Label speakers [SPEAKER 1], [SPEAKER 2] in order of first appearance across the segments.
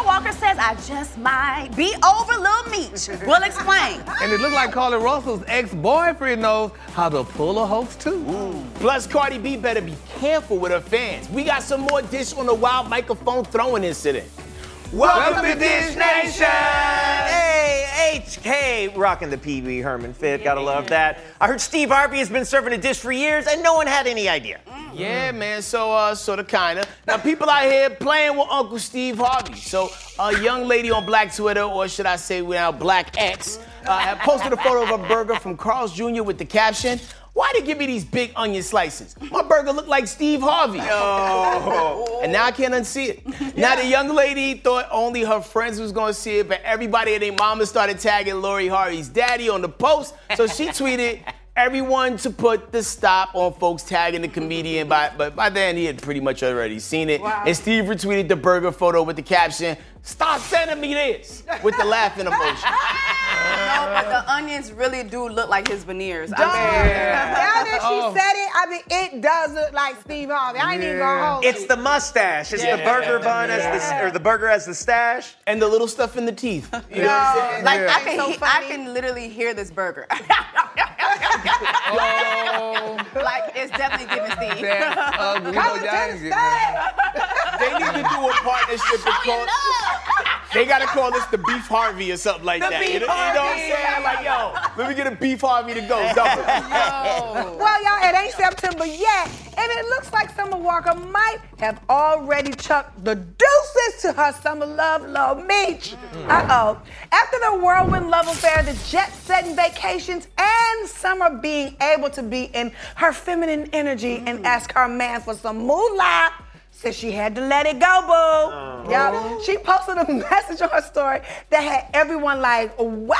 [SPEAKER 1] I just might be over Lil Meech. We'll explain.
[SPEAKER 2] And it looked like Carly Russell's ex-boyfriend knows how to pull a hoax too.
[SPEAKER 3] Plus, Cardi B better be careful with her fans. We got some more dish on the wild microphone throwing incident.
[SPEAKER 4] Welcome to Dish Nation!
[SPEAKER 5] Hey, HK, rocking the Pee Wee Herman fit. Gotta love that. I heard Steve Harvey has been serving a dish for years, and no one had any idea.
[SPEAKER 3] Yeah, man. So, uh, sort of, kinda. Now, people out here playing with Uncle Steve Harvey. So, a young lady on Black Twitter, or should I say, now Black X, uh, had posted a photo of a burger from Carl's Jr. with the caption, "Why they give me these big onion slices? My burger looked like Steve Harvey." And now I can't unsee it. Now the young lady thought only her friends was gonna see it, but everybody and their mama started tagging Lori Harvey's daddy on the post. So she tweeted everyone to put the stop on folks tagging the comedian. By, but by then he had pretty much already seen it. And Steve retweeted the burger photo with the caption, "Stop sending me this," with the laughing emoji.
[SPEAKER 1] No, but the onions really do look like his veneers. I
[SPEAKER 6] Dog,
[SPEAKER 1] mean-
[SPEAKER 6] Now that she
[SPEAKER 2] Oh.
[SPEAKER 6] said it, I mean, it does look like Steve Harvey. I ain't even gonna hold
[SPEAKER 5] It's
[SPEAKER 6] you.
[SPEAKER 5] the mustache. It's the burger bun as the or the burger as the stash.
[SPEAKER 3] And the little stuff in the teeth. You know what I'm saying?
[SPEAKER 1] Like
[SPEAKER 2] Yeah.
[SPEAKER 1] I can,
[SPEAKER 6] So
[SPEAKER 1] he- I
[SPEAKER 6] funny.
[SPEAKER 1] can literally hear this burger. Like it's definitely giving Steve.
[SPEAKER 2] Oh, That's ugly. You know
[SPEAKER 6] Coming
[SPEAKER 2] y'all
[SPEAKER 6] to
[SPEAKER 2] ain't
[SPEAKER 6] the
[SPEAKER 2] getting that.
[SPEAKER 6] stage.
[SPEAKER 3] They need to do a partnership with Carl. They gotta call this the Beef Harvey or something like that. you, know, you know what I'm saying? Like, yo, let me get a Beef Harvey to go. Double.
[SPEAKER 6] Well, y'all, it ain't September yet, and it looks like Summer Walker might have already chucked the deuces to her summer love, love Meach. Uh-oh. After the whirlwind love affair, the jet-setting vacations, and Summer being able to be in her feminine energy and ask her man for some moolah, said she had to let it go, boo. Yup. She posted a message on her story that had everyone like, what?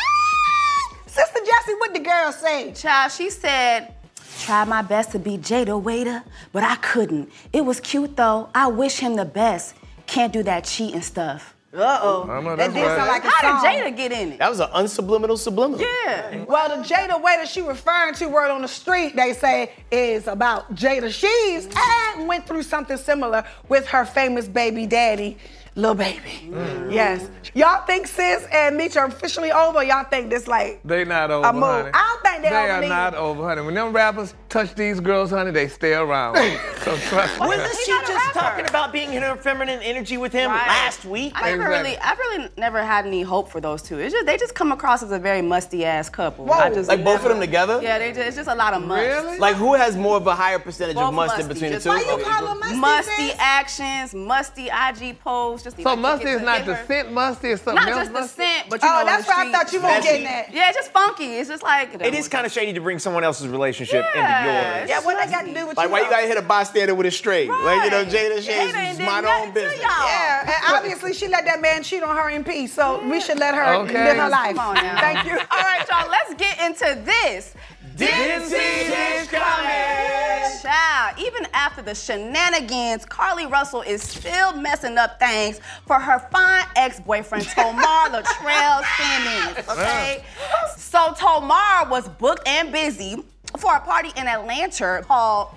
[SPEAKER 6] Sister Jessie, what the girl say?
[SPEAKER 1] Child, she said, tried my best to be Jada Waiter, but I couldn't. It was cute though. I wish him the best. Can't do that cheating stuff.
[SPEAKER 2] I know
[SPEAKER 6] That
[SPEAKER 2] that's
[SPEAKER 6] did sound
[SPEAKER 2] right.
[SPEAKER 6] like a
[SPEAKER 1] How
[SPEAKER 6] song.
[SPEAKER 1] did Jada get in it?
[SPEAKER 3] That was an unsubliminal subliminal.
[SPEAKER 1] Yeah.
[SPEAKER 6] Well, the Jada way that she referring to, word on the street, they say is about Jada Sheaves and went through something similar with her famous baby daddy, Lil Baby. Yes. Y'all think sis and Meech are officially over? Y'all think this like
[SPEAKER 2] They not over,
[SPEAKER 6] a move?
[SPEAKER 2] honey.
[SPEAKER 6] I don't think they,
[SPEAKER 2] They
[SPEAKER 6] over
[SPEAKER 2] are
[SPEAKER 6] neither.
[SPEAKER 2] not over, honey. When them rappers touch these girls, honey, they stay around. so trust me.
[SPEAKER 5] Wasn't she
[SPEAKER 1] not a
[SPEAKER 5] just
[SPEAKER 1] rapper.
[SPEAKER 5] talking about being in her feminine energy with him
[SPEAKER 1] Right.
[SPEAKER 5] last week?
[SPEAKER 1] I never
[SPEAKER 2] Exactly.
[SPEAKER 1] really, I've really never had any hope for those two. It's just they just come across as a very musty ass couple.
[SPEAKER 6] Whoa.
[SPEAKER 1] I just
[SPEAKER 3] Like both of them together?
[SPEAKER 1] Yeah, they just, it's just a lot of must.
[SPEAKER 2] Really?
[SPEAKER 3] Like who has more of a higher percentage
[SPEAKER 1] Both
[SPEAKER 3] of must in
[SPEAKER 1] musty,
[SPEAKER 3] between the
[SPEAKER 1] just
[SPEAKER 3] two?
[SPEAKER 6] Why you call her musty?
[SPEAKER 1] Musty
[SPEAKER 6] sis?
[SPEAKER 1] actions, musty IG posts. Just
[SPEAKER 2] so
[SPEAKER 1] like,
[SPEAKER 2] musty
[SPEAKER 1] get
[SPEAKER 2] is
[SPEAKER 1] to
[SPEAKER 2] not
[SPEAKER 1] hit
[SPEAKER 2] the
[SPEAKER 1] her.
[SPEAKER 2] scent musty, it's something
[SPEAKER 1] Not
[SPEAKER 2] else
[SPEAKER 1] just the
[SPEAKER 2] musty.
[SPEAKER 1] scent, but you know
[SPEAKER 6] Oh,
[SPEAKER 1] on
[SPEAKER 6] that's
[SPEAKER 1] the
[SPEAKER 6] why I
[SPEAKER 1] street.
[SPEAKER 6] thought you weren't getting that.
[SPEAKER 1] Yeah, it's just funky. It's just like
[SPEAKER 5] It is kind of shady to bring someone else's relationship
[SPEAKER 1] Yeah.
[SPEAKER 5] into yours.
[SPEAKER 6] Yeah, what I got to do with
[SPEAKER 3] Like
[SPEAKER 6] you?
[SPEAKER 3] why you
[SPEAKER 6] though?
[SPEAKER 3] gotta hit a bystander with a straight? Like you know, Jada Shades
[SPEAKER 1] Jada ain't
[SPEAKER 3] is
[SPEAKER 1] did
[SPEAKER 3] mind her
[SPEAKER 1] nothing
[SPEAKER 3] own
[SPEAKER 1] to
[SPEAKER 3] business.
[SPEAKER 1] y'all.
[SPEAKER 6] Yeah, and obviously she let that man cheat on her in peace, so we should let her
[SPEAKER 2] Okay.
[SPEAKER 6] live her life.
[SPEAKER 1] Come on now.
[SPEAKER 6] Thank you.
[SPEAKER 1] All right, y'all. Let's get into this.
[SPEAKER 3] Didn't see this coming.
[SPEAKER 1] Child, even after the shenanigans, Carly Russell is still messing up things for her fine ex-boyfriend Tomar Latrell Simmons. Okay, so Tomar was booked and busy for a party in Atlanta called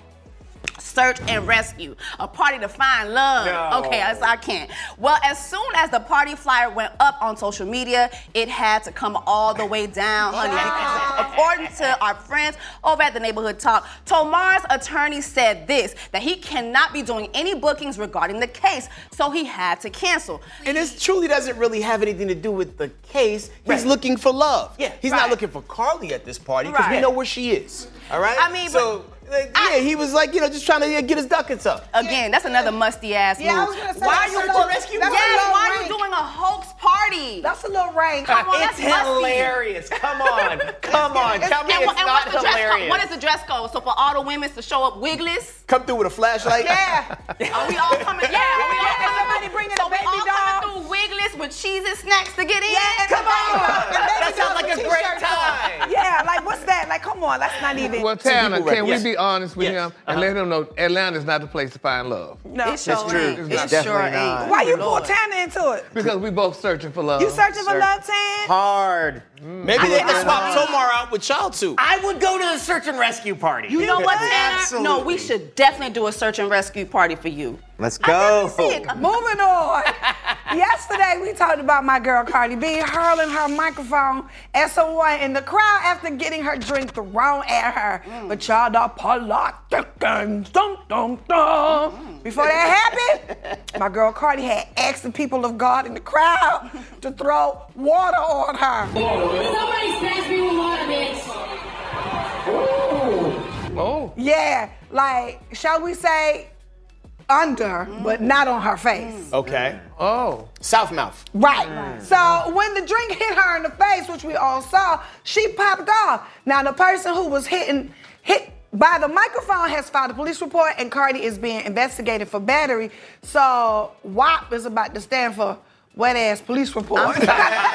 [SPEAKER 1] Search and Rescue, a party to find love.
[SPEAKER 5] No.
[SPEAKER 1] Okay, I, I can't. Well, as soon as the party flyer went up on social media, it had to come all the way down, honey. because according to our friends over at the Neighborhood Talk, Tomar's attorney said this that he cannot be doing any bookings regarding the case, so he had to cancel.
[SPEAKER 3] And this truly doesn't really have anything to do with the case. He's looking for love.
[SPEAKER 5] Yeah,
[SPEAKER 3] He's
[SPEAKER 1] right.
[SPEAKER 3] not looking for Carly at this party because
[SPEAKER 1] Right.
[SPEAKER 3] we know where she is. All right.
[SPEAKER 1] I mean,
[SPEAKER 3] so like, yeah, he was like, you know, just trying to yeah, get his ducats up.
[SPEAKER 1] Again, that's another musty ass
[SPEAKER 6] Yeah, I
[SPEAKER 1] move.
[SPEAKER 6] was gonna say
[SPEAKER 1] why
[SPEAKER 6] that's
[SPEAKER 1] are you
[SPEAKER 6] a little- that's a
[SPEAKER 1] Yes,
[SPEAKER 6] low
[SPEAKER 1] why are
[SPEAKER 6] rank.
[SPEAKER 1] you doing a hoax party?
[SPEAKER 6] That's a little rank.
[SPEAKER 1] Come on,
[SPEAKER 5] it's
[SPEAKER 1] that's musty.
[SPEAKER 5] hilarious. Come on. Come on. Tell me
[SPEAKER 1] And,
[SPEAKER 5] it's
[SPEAKER 1] what- and what's
[SPEAKER 5] not
[SPEAKER 1] the dress code?
[SPEAKER 5] hilarious.
[SPEAKER 1] What is the dress code? So for all the women to show up wigless?
[SPEAKER 3] Come through with a flashlight.
[SPEAKER 6] Yeah.
[SPEAKER 1] Are we all coming? Yeah, are we all
[SPEAKER 6] Yeah,
[SPEAKER 1] coming?
[SPEAKER 6] somebody bring in
[SPEAKER 1] so we
[SPEAKER 6] a baby
[SPEAKER 1] all
[SPEAKER 6] doll.
[SPEAKER 1] coming through wigless with cheese and snacks to get in?
[SPEAKER 6] Yeah, and
[SPEAKER 1] Come
[SPEAKER 6] the
[SPEAKER 1] on.
[SPEAKER 6] baby- the baby
[SPEAKER 5] That sounds
[SPEAKER 6] doll
[SPEAKER 5] like
[SPEAKER 6] with
[SPEAKER 5] a
[SPEAKER 6] the
[SPEAKER 5] great
[SPEAKER 6] t-shirts on.
[SPEAKER 5] time.
[SPEAKER 6] Yeah, Yeah, like what's that? Like, come on, let's not even.
[SPEAKER 2] Well, Tanner,
[SPEAKER 5] people rep-
[SPEAKER 2] can
[SPEAKER 5] yes.
[SPEAKER 2] we be honest with
[SPEAKER 5] Yes.
[SPEAKER 2] him and let
[SPEAKER 1] Uh-huh.
[SPEAKER 2] him know Atlanta's not the place to find love?
[SPEAKER 6] no.
[SPEAKER 1] It sure
[SPEAKER 5] true.
[SPEAKER 1] ain't.
[SPEAKER 5] It's
[SPEAKER 1] It
[SPEAKER 5] definitely
[SPEAKER 1] sure
[SPEAKER 5] not.
[SPEAKER 1] ain't.
[SPEAKER 6] Why you pull
[SPEAKER 1] Lord.
[SPEAKER 6] Tanner into it?
[SPEAKER 2] Because we both searching for love.
[SPEAKER 6] You searching for
[SPEAKER 5] Sir.
[SPEAKER 6] love, Tan?
[SPEAKER 5] Hard.
[SPEAKER 3] Maybe they can swap Tomar out with y'all two.
[SPEAKER 5] I would go to the search and rescue party.
[SPEAKER 1] You know what, Tanner? No,
[SPEAKER 5] Absolutely.
[SPEAKER 1] we should definitely do a search and rescue party for you.
[SPEAKER 5] Let's
[SPEAKER 1] I
[SPEAKER 5] go.
[SPEAKER 1] never see it coming.
[SPEAKER 6] Moving on. Yesterday we talked about my girl Cardi B hurling her microphone at someone in the crowd after getting her drink thrown at her. But y'all the plot thickens. Dum dum dum. Before that happened, my girl Cardi had asked the people of God in the crowd to throw water on her.
[SPEAKER 7] Somebody smash me with water, bitch.
[SPEAKER 2] Oh,
[SPEAKER 6] Yeah, like shall we say under, but not on her face.
[SPEAKER 3] Okay.
[SPEAKER 2] oh.
[SPEAKER 3] South Mouth.
[SPEAKER 6] Right. So when the drink hit her in the face, which we all saw, she popped off. Now the person who was hitting hit by the microphone has filed a police report, and Cardi is being investigated for battery. So WAP is about to stand for wet ass police report.
[SPEAKER 1] Not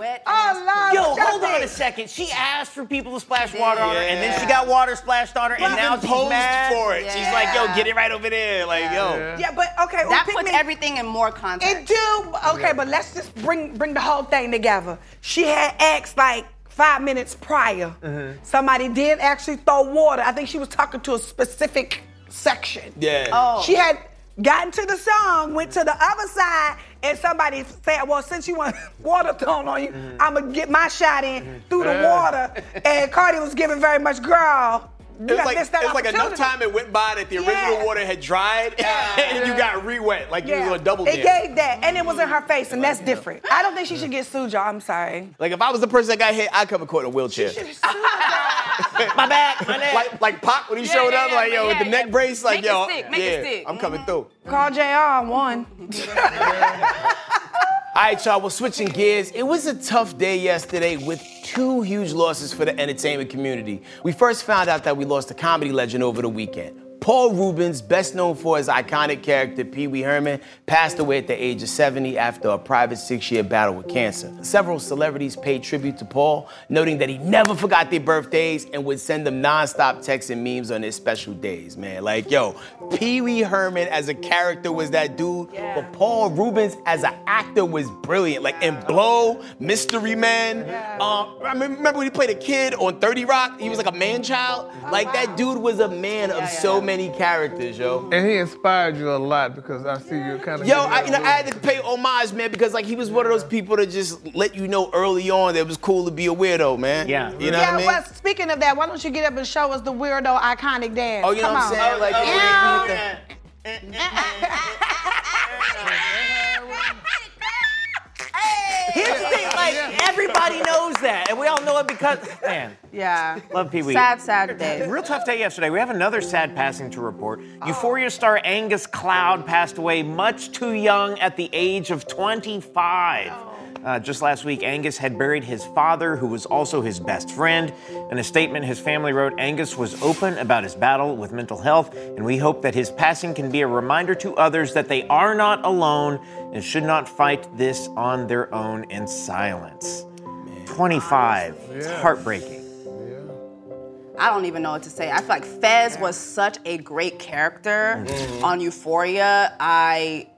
[SPEAKER 1] wet.
[SPEAKER 6] oh Lord!
[SPEAKER 5] Yo,
[SPEAKER 6] shut
[SPEAKER 5] hold on
[SPEAKER 6] it.
[SPEAKER 5] a second. She asked for people to splash water on her, and then she got water splashed on her, and
[SPEAKER 3] Even
[SPEAKER 5] now she's
[SPEAKER 3] posed
[SPEAKER 5] mad.
[SPEAKER 3] for it. She's like, yo, get it right over there. Like, yo.
[SPEAKER 6] Yeah, but okay. well,
[SPEAKER 1] That
[SPEAKER 6] pick
[SPEAKER 1] puts
[SPEAKER 6] me-
[SPEAKER 1] everything in more context.
[SPEAKER 6] It do. Okay, but let's just bring bring the whole thing together. She had asked like five minutes prior.
[SPEAKER 3] Mm-hmm.
[SPEAKER 6] Somebody did actually throw water. I think she was talking to a specific section.
[SPEAKER 3] Yeah.
[SPEAKER 1] Oh.
[SPEAKER 6] She had gotten to the song, went to the other side, and somebody said, Well, since you want water thrown on you,
[SPEAKER 3] Mm-hmm.
[SPEAKER 6] I'm gonna get my shot in through the water. And Cardi was giving very much girl. You
[SPEAKER 3] It's
[SPEAKER 6] done
[SPEAKER 3] like,
[SPEAKER 6] missed that
[SPEAKER 3] it's like enough
[SPEAKER 6] opportunity."
[SPEAKER 3] time it went by that the
[SPEAKER 6] Yeah.
[SPEAKER 3] original water had dried and you got re-wet. Like you was a double
[SPEAKER 6] It
[SPEAKER 3] dip.
[SPEAKER 6] gave that, and it was in her face, and that's different. I don't think she should get sued, y'all. I'm sorry.
[SPEAKER 3] Like if I was the person that got hit, I'd come and caught in a wheelchair.
[SPEAKER 6] She should have sued her.
[SPEAKER 5] My back, my neck.
[SPEAKER 3] Like like Pac when he
[SPEAKER 1] Yeah,
[SPEAKER 3] showed
[SPEAKER 1] yeah,
[SPEAKER 3] up,
[SPEAKER 1] yeah,
[SPEAKER 3] like yo,
[SPEAKER 1] yeah,
[SPEAKER 3] with the
[SPEAKER 1] yeah.
[SPEAKER 3] neck brace, like
[SPEAKER 1] Make it
[SPEAKER 3] yo,
[SPEAKER 1] stick, make
[SPEAKER 3] yeah,
[SPEAKER 1] it stick. Mm-hmm.
[SPEAKER 3] I'm coming through.
[SPEAKER 6] Call JR on one.
[SPEAKER 3] All right, y'all, we're switching gears. It was a tough day yesterday with two huge losses for the entertainment community. We first found out that we lost a comedy legend over the weekend. Paul Rubens, best known for his iconic character Pee Wee Herman, passed away at the age of 70 after a private six year battle with cancer. Several celebrities paid tribute to Paul, noting that he never forgot their birthdays and would send them nonstop texts and memes on his special days, man. Like, yo, Pee Wee Herman as a character was that dude, but Paul Rubens as an actor was brilliant. Like in Blow, Mystery Man. Um, I mean, remember when he played a kid on 30 Rock? He was like a man child. Like that dude was a man of so many characters, yo.
[SPEAKER 2] And he inspired you a lot because I see you kind of.
[SPEAKER 3] Yo, I, you know, I had to pay homage, man, because like he was one of those people that just let you know early on that it was cool to be a weirdo, man.
[SPEAKER 5] Yeah.
[SPEAKER 3] You know what
[SPEAKER 6] yeah,
[SPEAKER 3] I mean?
[SPEAKER 6] well, speaking of that, why don't you get up and show us the weirdo iconic dance?
[SPEAKER 3] Oh, you know
[SPEAKER 6] Come
[SPEAKER 3] what I'm
[SPEAKER 6] on.
[SPEAKER 3] saying? Like,
[SPEAKER 6] Yeah.
[SPEAKER 3] you know,
[SPEAKER 5] Here's the thing, like everybody knows that, and we all know it because man,
[SPEAKER 1] yeah.
[SPEAKER 5] love Pee Wee.
[SPEAKER 1] Sad Saturday.
[SPEAKER 5] Real tough day yesterday. We have another sad passing to report. Euphoria star Angus Cloud passed away much too young at the age of 25. Uh, just last week, Angus had buried his father, who was also his best friend. In a statement, his family wrote Angus was open about his battle with mental health, and we hope that his passing can be a reminder to others that they are not alone and should not fight this on their own in silence. 25. It's heartbreaking.
[SPEAKER 1] I don't even know what to say. I feel like Fez was such a great character on Euphoria. I.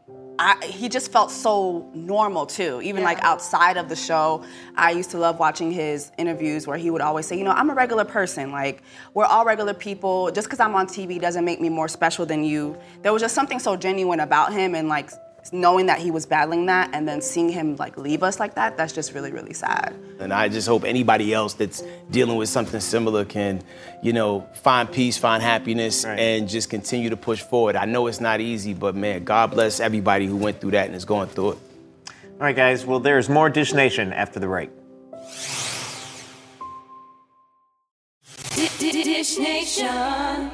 [SPEAKER 1] I, he just felt so normal too, even like outside of the show. I used to love watching his interviews where he would always say, You know, I'm a regular person. Like, we're all regular people. Just because I'm on TV doesn't make me more special than you. There was just something so genuine about him and like knowing that he was battling that and then seeing him like leave us like that. That's just really, really sad.
[SPEAKER 3] And I just hope anybody else that's dealing with something similar can, you know, find peace, find happiness,
[SPEAKER 5] Right.
[SPEAKER 3] and just continue to push forward. I know it's not easy, but man, God bless everybody who went through that and is going through it.
[SPEAKER 5] All right, guys. Well, there's more Dish Nation after the break.
[SPEAKER 7] Dish Nation.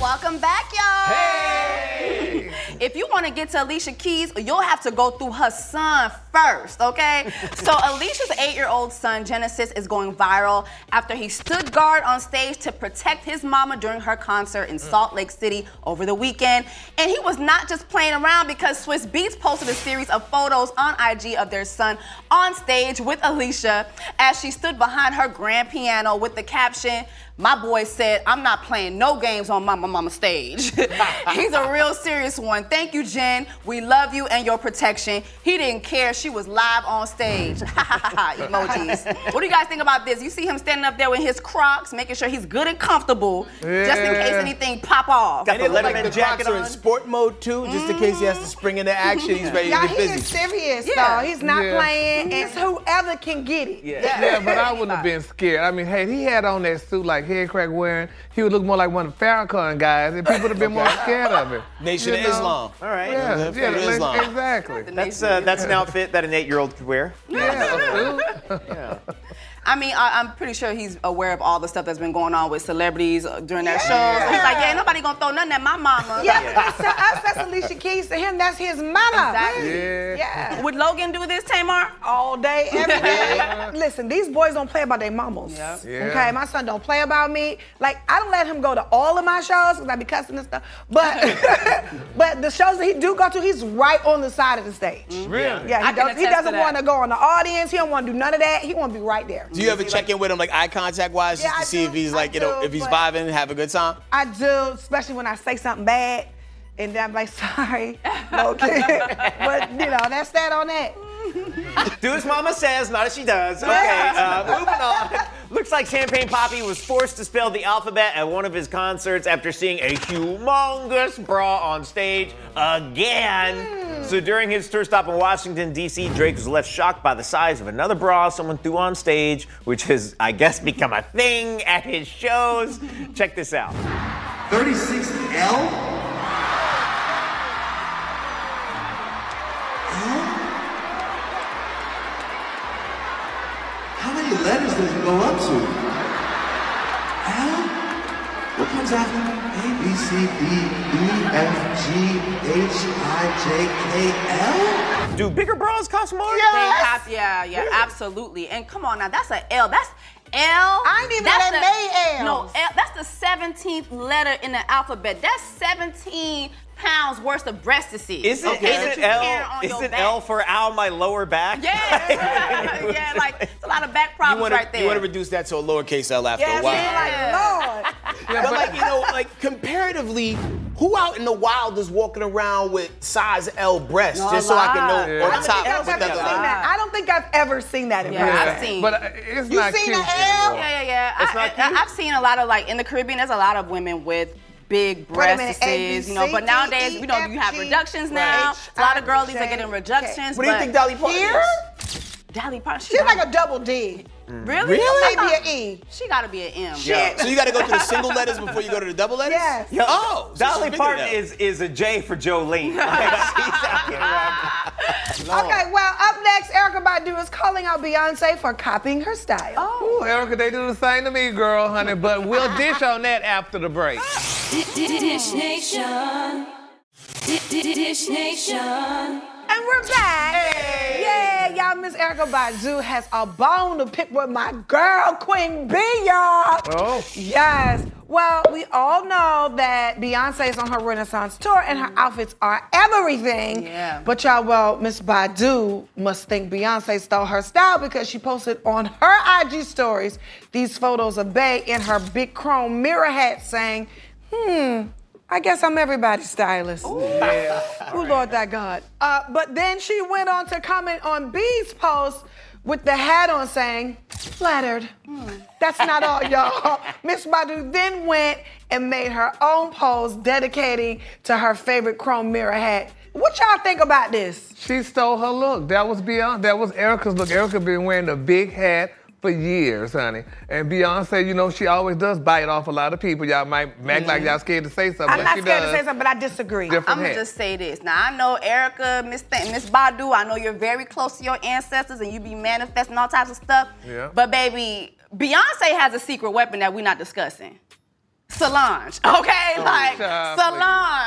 [SPEAKER 1] Welcome back, y'all. If you want to get to Alicia Keys, you'll have to go through her son first, okay? so Alicia's eight-year-old son, Genesis, is going viral after he stood guard on stage to protect his mama during her concert in Salt Lake City over the weekend. And he was not just playing around because Swiss Beats posted a series of photos on IG of their son on stage with Alicia as she stood behind her grand piano with the caption, my boy said, I'm not playing no games on Mama Mama stage. He's a real serious one. Thank you, Jen. We love you and your protection. He didn't care. She was live on stage. Emojis. what do you guys think about this? You see him standing up there with his Crocs, making sure he's good and comfortable, just in case
[SPEAKER 2] Yeah.
[SPEAKER 1] anything pop off.
[SPEAKER 5] Got
[SPEAKER 3] And it
[SPEAKER 5] the
[SPEAKER 3] looked like
[SPEAKER 5] Letterman
[SPEAKER 3] the
[SPEAKER 5] jacket
[SPEAKER 3] Crocs are in
[SPEAKER 5] on.
[SPEAKER 3] sport mode too, just in case he has to spring into action. He's ready to
[SPEAKER 6] Y'all,
[SPEAKER 3] get
[SPEAKER 6] he is
[SPEAKER 3] busy.
[SPEAKER 6] serious,
[SPEAKER 1] Yeah.
[SPEAKER 6] though. He's not
[SPEAKER 2] Yeah.
[SPEAKER 6] playing. It's whoever can get it.
[SPEAKER 2] Yeah, but I wouldn't have been scared. I mean, hey, he had on that suit like Headcrack wearing. He would look more like one of the Farrakhan guys, and people would have been more scared of him.
[SPEAKER 3] Nation
[SPEAKER 2] you
[SPEAKER 3] of
[SPEAKER 2] know?
[SPEAKER 3] Islam.
[SPEAKER 5] All right.
[SPEAKER 2] Yeah, yeah,
[SPEAKER 3] Nation of
[SPEAKER 2] like-
[SPEAKER 3] Islam.
[SPEAKER 2] exactly.
[SPEAKER 5] That's uh, that's an outfit that an eight-year-old could wear.
[SPEAKER 2] Yeah, a suit.
[SPEAKER 1] I mean, I, I'm pretty sure he's aware of all the stuff that's been going on with celebrities uh, during that show. So he's like, yeah, ain't nobody gonna throw nothing at my mama.
[SPEAKER 6] Yeah, but that's to us, that's Alicia Keys. To him, that's his mama.
[SPEAKER 1] Exactly.
[SPEAKER 2] Yeah.
[SPEAKER 6] Yeah.
[SPEAKER 1] Would Logan do this, Tamar?
[SPEAKER 6] All day, every day. Listen, these boys don't play about their mamas.
[SPEAKER 2] Yeah.
[SPEAKER 6] Okay, my son don't play about me. Like I don't let him go to all of my shows because I be cussing and stuff. But but the shows that he do go to, he's right on the side of the stage.
[SPEAKER 2] Really?
[SPEAKER 6] Yeah,
[SPEAKER 1] I can
[SPEAKER 6] he, does, he
[SPEAKER 1] attest to
[SPEAKER 6] doesn't
[SPEAKER 1] that.
[SPEAKER 6] want to go in the audience. He don't want to do none of that. He want to be right there.
[SPEAKER 3] Do you ever check in with him, like eye contact wise,
[SPEAKER 6] Yeah,
[SPEAKER 3] just
[SPEAKER 6] I
[SPEAKER 3] to see
[SPEAKER 6] do.
[SPEAKER 3] if he's
[SPEAKER 6] I
[SPEAKER 3] like, you know,
[SPEAKER 6] do,
[SPEAKER 3] if he's
[SPEAKER 6] but-
[SPEAKER 3] vibing, have a good time?
[SPEAKER 6] I do, especially when I say something bad, and then I'm like, sorry, no kid. but you know, that's that on that.
[SPEAKER 5] Do as mama says, not as she does. Okay, uh, moving on. Looks like Champagne Poppy was forced to spell the alphabet at one of his concerts after seeing a humongous bra on stage
[SPEAKER 3] Hmm.
[SPEAKER 5] again. So during his tour stop in Washington, D.C., Drake was left shocked by the size of another bra someone threw on stage, which has, I guess, become a thing at his shows. Check this out.
[SPEAKER 4] 36L? How many letters does it go up to? L? What comes after A, B, C, D, E, F, G, H, I, J, K, L?
[SPEAKER 5] Do bigger bras cost more?
[SPEAKER 1] They pop- yeah, yeah, absolutely. And come on now, that's an L. That's L.
[SPEAKER 6] I ain't even
[SPEAKER 1] that's
[SPEAKER 6] let
[SPEAKER 1] the-
[SPEAKER 6] May L's.
[SPEAKER 1] No, L, that's the 17th letter in the alphabet. That's 17 pounds worth of breast disease.
[SPEAKER 5] Is it,
[SPEAKER 1] okay,
[SPEAKER 5] is
[SPEAKER 1] that
[SPEAKER 5] it
[SPEAKER 1] you carry
[SPEAKER 5] L?
[SPEAKER 1] on
[SPEAKER 5] Is
[SPEAKER 1] your
[SPEAKER 5] it
[SPEAKER 1] back.
[SPEAKER 5] L for ow my lower back?
[SPEAKER 1] Yeah, yeah, like it's a lot of back
[SPEAKER 3] You
[SPEAKER 1] problems
[SPEAKER 3] want
[SPEAKER 1] right
[SPEAKER 3] to
[SPEAKER 1] there.
[SPEAKER 3] you want to reduce that to a lowercase L after
[SPEAKER 6] Yeah,
[SPEAKER 3] a while.
[SPEAKER 6] so like, Lord.
[SPEAKER 3] But like you know, like comparatively, who out in the wild is walking around with size L breasts? just so I can know
[SPEAKER 1] lot.
[SPEAKER 3] on
[SPEAKER 6] I
[SPEAKER 3] the
[SPEAKER 6] don't,
[SPEAKER 3] top
[SPEAKER 6] think I've
[SPEAKER 3] what
[SPEAKER 6] ever
[SPEAKER 3] that
[SPEAKER 6] seen
[SPEAKER 3] is.
[SPEAKER 6] that. I don't think I've ever seen that in
[SPEAKER 1] Yeah,
[SPEAKER 6] person.
[SPEAKER 1] I've seen.
[SPEAKER 2] But uh, it's
[SPEAKER 6] You
[SPEAKER 2] not
[SPEAKER 6] seen
[SPEAKER 2] cute.
[SPEAKER 6] a L?
[SPEAKER 2] anymore.
[SPEAKER 1] yeah, yeah, yeah.
[SPEAKER 5] It's
[SPEAKER 1] I,
[SPEAKER 5] not
[SPEAKER 1] I,
[SPEAKER 5] cute.
[SPEAKER 1] I've seen a lot of like in the Caribbean. There's a lot of women with big
[SPEAKER 6] a
[SPEAKER 1] breast
[SPEAKER 6] minute,
[SPEAKER 1] disease,
[SPEAKER 6] A, B,
[SPEAKER 1] you know.
[SPEAKER 6] C,
[SPEAKER 1] But
[SPEAKER 6] D,
[SPEAKER 1] nowadays, you know,
[SPEAKER 6] E,
[SPEAKER 1] you have
[SPEAKER 6] F, G,
[SPEAKER 1] reductions
[SPEAKER 6] right.
[SPEAKER 1] now.
[SPEAKER 6] H,
[SPEAKER 1] a lot of
[SPEAKER 6] I,
[SPEAKER 1] girlies
[SPEAKER 6] J,
[SPEAKER 1] are getting
[SPEAKER 6] K.
[SPEAKER 1] reductions.
[SPEAKER 3] What do you
[SPEAKER 1] but
[SPEAKER 3] think Dolly Parton
[SPEAKER 6] Here?
[SPEAKER 3] is?
[SPEAKER 1] Dolly Parton?
[SPEAKER 6] She's like a double D.
[SPEAKER 1] really,
[SPEAKER 6] Maybe
[SPEAKER 1] I
[SPEAKER 6] an
[SPEAKER 1] thought-
[SPEAKER 6] E.
[SPEAKER 1] She gotta be an M.
[SPEAKER 6] Shit.
[SPEAKER 3] So you got to go through the single letters before you go to the double letters.
[SPEAKER 6] Yes.
[SPEAKER 5] Yo,
[SPEAKER 3] Oh, so she's
[SPEAKER 5] Dolly
[SPEAKER 3] bigger
[SPEAKER 5] Parton
[SPEAKER 3] now.
[SPEAKER 5] is is a J for Jolene. Like, she's out here, uh,
[SPEAKER 6] Okay, well, up next, Erica Badu is calling out Beyonce for copying her style.
[SPEAKER 2] Ooh, Erica, they do the same to me, girl, honey. But we'll dish on that after the break.
[SPEAKER 8] Dish Nation. Dish Nation.
[SPEAKER 6] And we're back. Yeah, y'all, Miss Erica Badu has a bone to pick with my girl, Queen B, y'all.
[SPEAKER 2] Oh.
[SPEAKER 6] Yes. Well, we all know that Beyonce is on her Renaissance tour and her outfits are everything.
[SPEAKER 1] Yeah.
[SPEAKER 6] But y'all, well, Miss Badu must think Beyonce stole her style because she posted on her IG stories these photos of Bey in her big chrome mirror hat saying, hmm, I guess I'm everybody's stylist. Oh Lord, thy God. Uh, but then she went on to comment on B's post with the hat on, saying, "Flattered." That's not all, y'all. Miss Badu then went and made her own post dedicating to her favorite chrome mirror hat. What y'all think about this?
[SPEAKER 2] She stole her look. That was Beyonce. That was Erica's look. Erica been wearing the big hat for years, honey. And Beyonce, you know, she always does bite off a lot of people. Y'all might act like y'all scared to say something.
[SPEAKER 6] Mm. I'm
[SPEAKER 2] but
[SPEAKER 6] not
[SPEAKER 2] she
[SPEAKER 6] scared
[SPEAKER 2] does.
[SPEAKER 6] to say something, but I disagree.
[SPEAKER 2] Different
[SPEAKER 1] I'm
[SPEAKER 2] hat.
[SPEAKER 1] gonna just say this. Now I know Erica, Miss Th- Miss Badu. I know you're very close to your ancestors, and you be manifesting all types of stuff.
[SPEAKER 2] Yeah.
[SPEAKER 1] But baby, Beyonce has a secret weapon that we're not discussing. Solange, okay, like
[SPEAKER 2] Oh, child,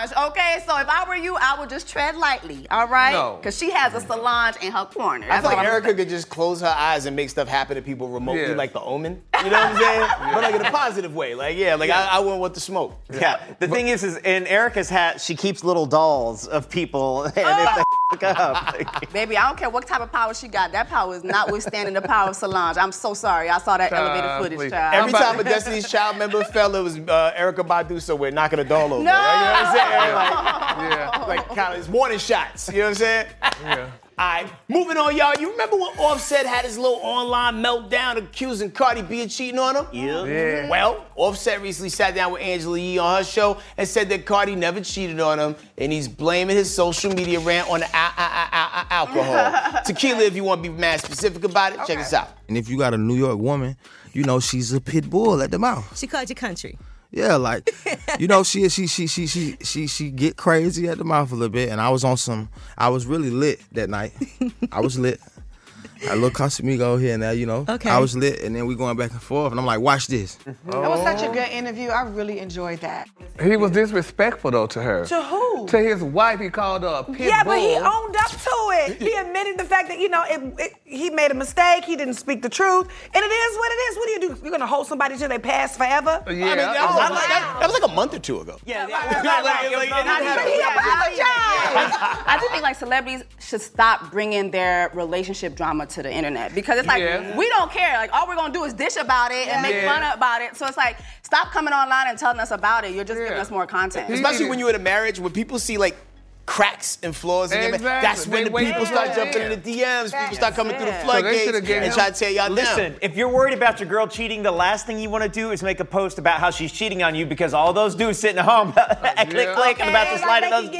[SPEAKER 1] Solange, Okay, so if I were you, I would just tread lightly, all right?
[SPEAKER 2] No.
[SPEAKER 1] Because she has a Solange in her corner.
[SPEAKER 3] I
[SPEAKER 1] That's
[SPEAKER 3] feel
[SPEAKER 1] all
[SPEAKER 3] like
[SPEAKER 1] I'm-
[SPEAKER 3] Erica could just close her eyes and make stuff happen to people remotely,
[SPEAKER 2] Yeah.
[SPEAKER 3] like the omen. You know what I'm saying? But like in a positive way. Like, yeah, like I, I wouldn't want the smoke.
[SPEAKER 5] Yeah. The thing is, is in Erica's hat, she keeps little dolls of people, and if they fuck up,
[SPEAKER 1] Baby, I don't care what type of power she got. That power is not withstanding the power of Solange. I'm so sorry. I saw that
[SPEAKER 2] Child,
[SPEAKER 1] elevated
[SPEAKER 2] please.
[SPEAKER 1] footage, child.
[SPEAKER 3] Every
[SPEAKER 2] I'm about-
[SPEAKER 3] time a Destiny's Child member fell, it was uh, Erica Badu somewhere knocking a doll over.
[SPEAKER 1] No!
[SPEAKER 3] Like, you know what I'm saying? Like,
[SPEAKER 2] Yeah.
[SPEAKER 3] like kind of it's warning shots. You know what I'm saying?
[SPEAKER 2] Yeah.
[SPEAKER 3] All right, moving on, y'all. You remember when Offset had his little online meltdown accusing Cardi B of cheating on him?
[SPEAKER 5] Yeah.
[SPEAKER 2] Yeah.
[SPEAKER 3] Well, Offset recently sat down with Angela Yee on her show and said that Cardi never cheated on him, and he's blaming his social media rant on the a- a- a- a- alcohol. Tequila, if you want to be mad specific about it, check this out.
[SPEAKER 9] And if you got a New York woman, you know she's a pit bull at the mouth.
[SPEAKER 10] She called you country.
[SPEAKER 9] Yeah, like you know she she she she she she she get crazy at the mouth a little bit. And I was on some. I was really lit that night. I was lit. A little Casamigo here and there, you know.
[SPEAKER 10] Okay.
[SPEAKER 9] I was lit, and then we going back and forth, and I'm like, watch this.
[SPEAKER 6] That was such a good interview. I really enjoyed that.
[SPEAKER 2] He was disrespectful though to her.
[SPEAKER 6] To who?
[SPEAKER 2] To his wife, he called her a pit
[SPEAKER 6] yeah, but he
[SPEAKER 2] bull.
[SPEAKER 6] owned up to it. He admitted the fact that you know it, it- he made a mistake. He didn't speak the truth, and it is what it is. What do you do? You're gonna hold somebody till they pass forever?
[SPEAKER 2] Yeah.
[SPEAKER 3] I mean, that was,
[SPEAKER 2] I-
[SPEAKER 3] Oh, I like- that- that was like a month or two ago.
[SPEAKER 5] Yeah,
[SPEAKER 3] Like, like, like, it didn't
[SPEAKER 1] Not
[SPEAKER 3] happen.
[SPEAKER 1] even-
[SPEAKER 6] But he
[SPEAKER 1] yeah,
[SPEAKER 6] apologized.
[SPEAKER 1] yeah. I do think like celebrities should stop bringing their relationship drama to the internet because it's like
[SPEAKER 2] Yeah.
[SPEAKER 1] we don't care. Like all we're gonna do is dish about it and make
[SPEAKER 2] Yeah.
[SPEAKER 1] fun about it. So it's like stop coming online and telling us about it. You're just giving
[SPEAKER 2] Yeah.
[SPEAKER 1] us more content.
[SPEAKER 2] It's
[SPEAKER 3] Especially when you're in a marriage, when people see like cracks and flaws in your marriage,
[SPEAKER 2] Exactly.
[SPEAKER 3] that's
[SPEAKER 2] They
[SPEAKER 3] when the
[SPEAKER 2] wait
[SPEAKER 3] people
[SPEAKER 2] for
[SPEAKER 3] start
[SPEAKER 2] it.
[SPEAKER 3] jumping in the DMs. People start coming through the
[SPEAKER 1] it.
[SPEAKER 2] So they
[SPEAKER 3] floodgates
[SPEAKER 2] should've gave
[SPEAKER 3] and
[SPEAKER 2] him-
[SPEAKER 3] try to tear y'all
[SPEAKER 5] Listen,
[SPEAKER 3] down.
[SPEAKER 5] if you're worried about your girl cheating, the last thing you want to do is make a post about how she's cheating on you because all those dudes sitting at home, click, click, and about to
[SPEAKER 6] Okay,
[SPEAKER 5] slide in
[SPEAKER 6] like
[SPEAKER 5] those DMs.
[SPEAKER 6] you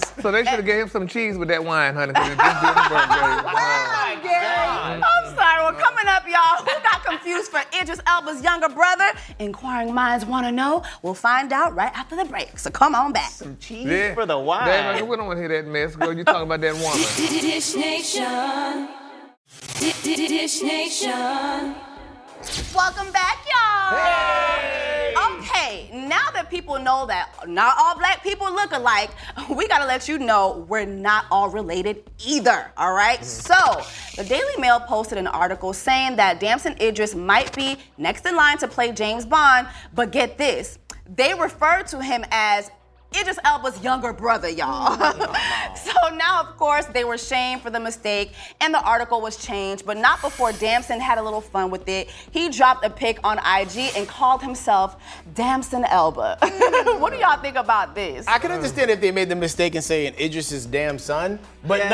[SPEAKER 6] get-
[SPEAKER 2] Yeah. So they should have gave him some cheese with that wine, honey. 'cause it just didn't work very well.
[SPEAKER 3] Oh,
[SPEAKER 6] Wow, Gary.
[SPEAKER 1] I'm sorry. Well, coming up, y'all, who got confused for Idris Elba's younger brother? Inquiring minds want to know. We'll find out right after the break. So come on back.
[SPEAKER 5] Cheese
[SPEAKER 2] Yeah.
[SPEAKER 5] for the wine.
[SPEAKER 2] Damn, we don't want to hear that mess, girl. You talking about that woman?
[SPEAKER 8] Dish Nation. Dish Nation.
[SPEAKER 1] Welcome back, y'all. Okay, now that people know that not all black people look alike, we gotta let you know we're not all related either, all right? So, the Daily Mail posted an article saying that Damson Idris might be next in line to play James Bond, but get this, they refer to him as Idris Elba's younger brother, y'all. so now, of course, they were shamed for the mistake, and the article was changed, but not before Damson had a little fun with it. He dropped a pic on IG and called himself Damson Elba. what do y'all think about this?
[SPEAKER 3] I can understand if they made the mistake in saying Idris's damn son, but not,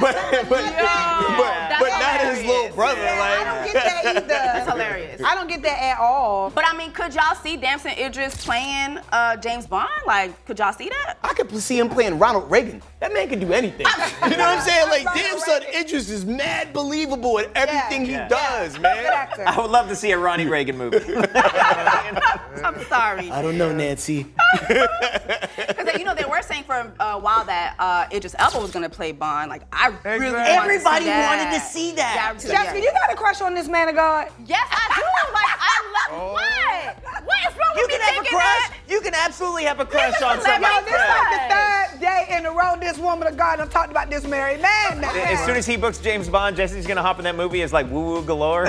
[SPEAKER 3] but but, but,
[SPEAKER 1] That's
[SPEAKER 3] but not his little
[SPEAKER 1] hilarious.
[SPEAKER 3] brother.
[SPEAKER 6] I
[SPEAKER 3] Like,
[SPEAKER 6] don't get that either.
[SPEAKER 1] That's hilarious.
[SPEAKER 6] I don't get that at all.
[SPEAKER 1] But I mean, could y'all see Damson Idris playing uh, James Bond? Like, could y'all see that?
[SPEAKER 3] I could see him playing Ronald Reagan. That man can do anything. You know what I'm saying? Like,
[SPEAKER 6] Ronald
[SPEAKER 3] damn son,
[SPEAKER 6] Reagan.
[SPEAKER 3] Idris is mad believable in everything he does, man.
[SPEAKER 6] Good actor.
[SPEAKER 5] I would love to see a Ronnie Reagan movie.
[SPEAKER 1] I'm sorry.
[SPEAKER 3] I don't know, Nancy.
[SPEAKER 1] Because, you know, they were saying for a while that uh, Idris Elba was going to play Bond. Like, I really
[SPEAKER 2] Exactly.
[SPEAKER 1] wanted to
[SPEAKER 10] Everybody
[SPEAKER 1] see that.
[SPEAKER 10] wanted to see that.
[SPEAKER 1] Yeah, yeah.
[SPEAKER 6] Jessica, you got a crush on this man of God?
[SPEAKER 1] Yes, I do. Like, I love. What? What is wrong
[SPEAKER 10] Oh. You
[SPEAKER 1] with me
[SPEAKER 10] can have a
[SPEAKER 1] thinking
[SPEAKER 10] crush.
[SPEAKER 1] that?
[SPEAKER 10] You can absolutely have a crush on
[SPEAKER 1] celebrity.
[SPEAKER 10] somebody.
[SPEAKER 6] Yo, this like the third day in a row this woman of God done talked about this married man. now.
[SPEAKER 5] As soon as he books James Bond, Jesse's gonna hop in that movie as like woo woo galore.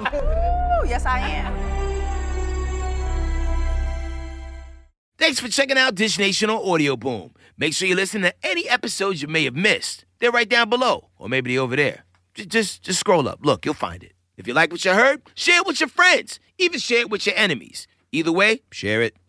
[SPEAKER 1] Ooh, yes, I am.
[SPEAKER 3] Thanks for checking out Dish Nation on Audio Boom. Make sure you listen to any episodes you may have missed. They're right down below, or maybe they're over there. J- Just, just scroll up. Look, you'll find it. If you like what you heard, share it with your friends. Even share it with your enemies. Either way, share it.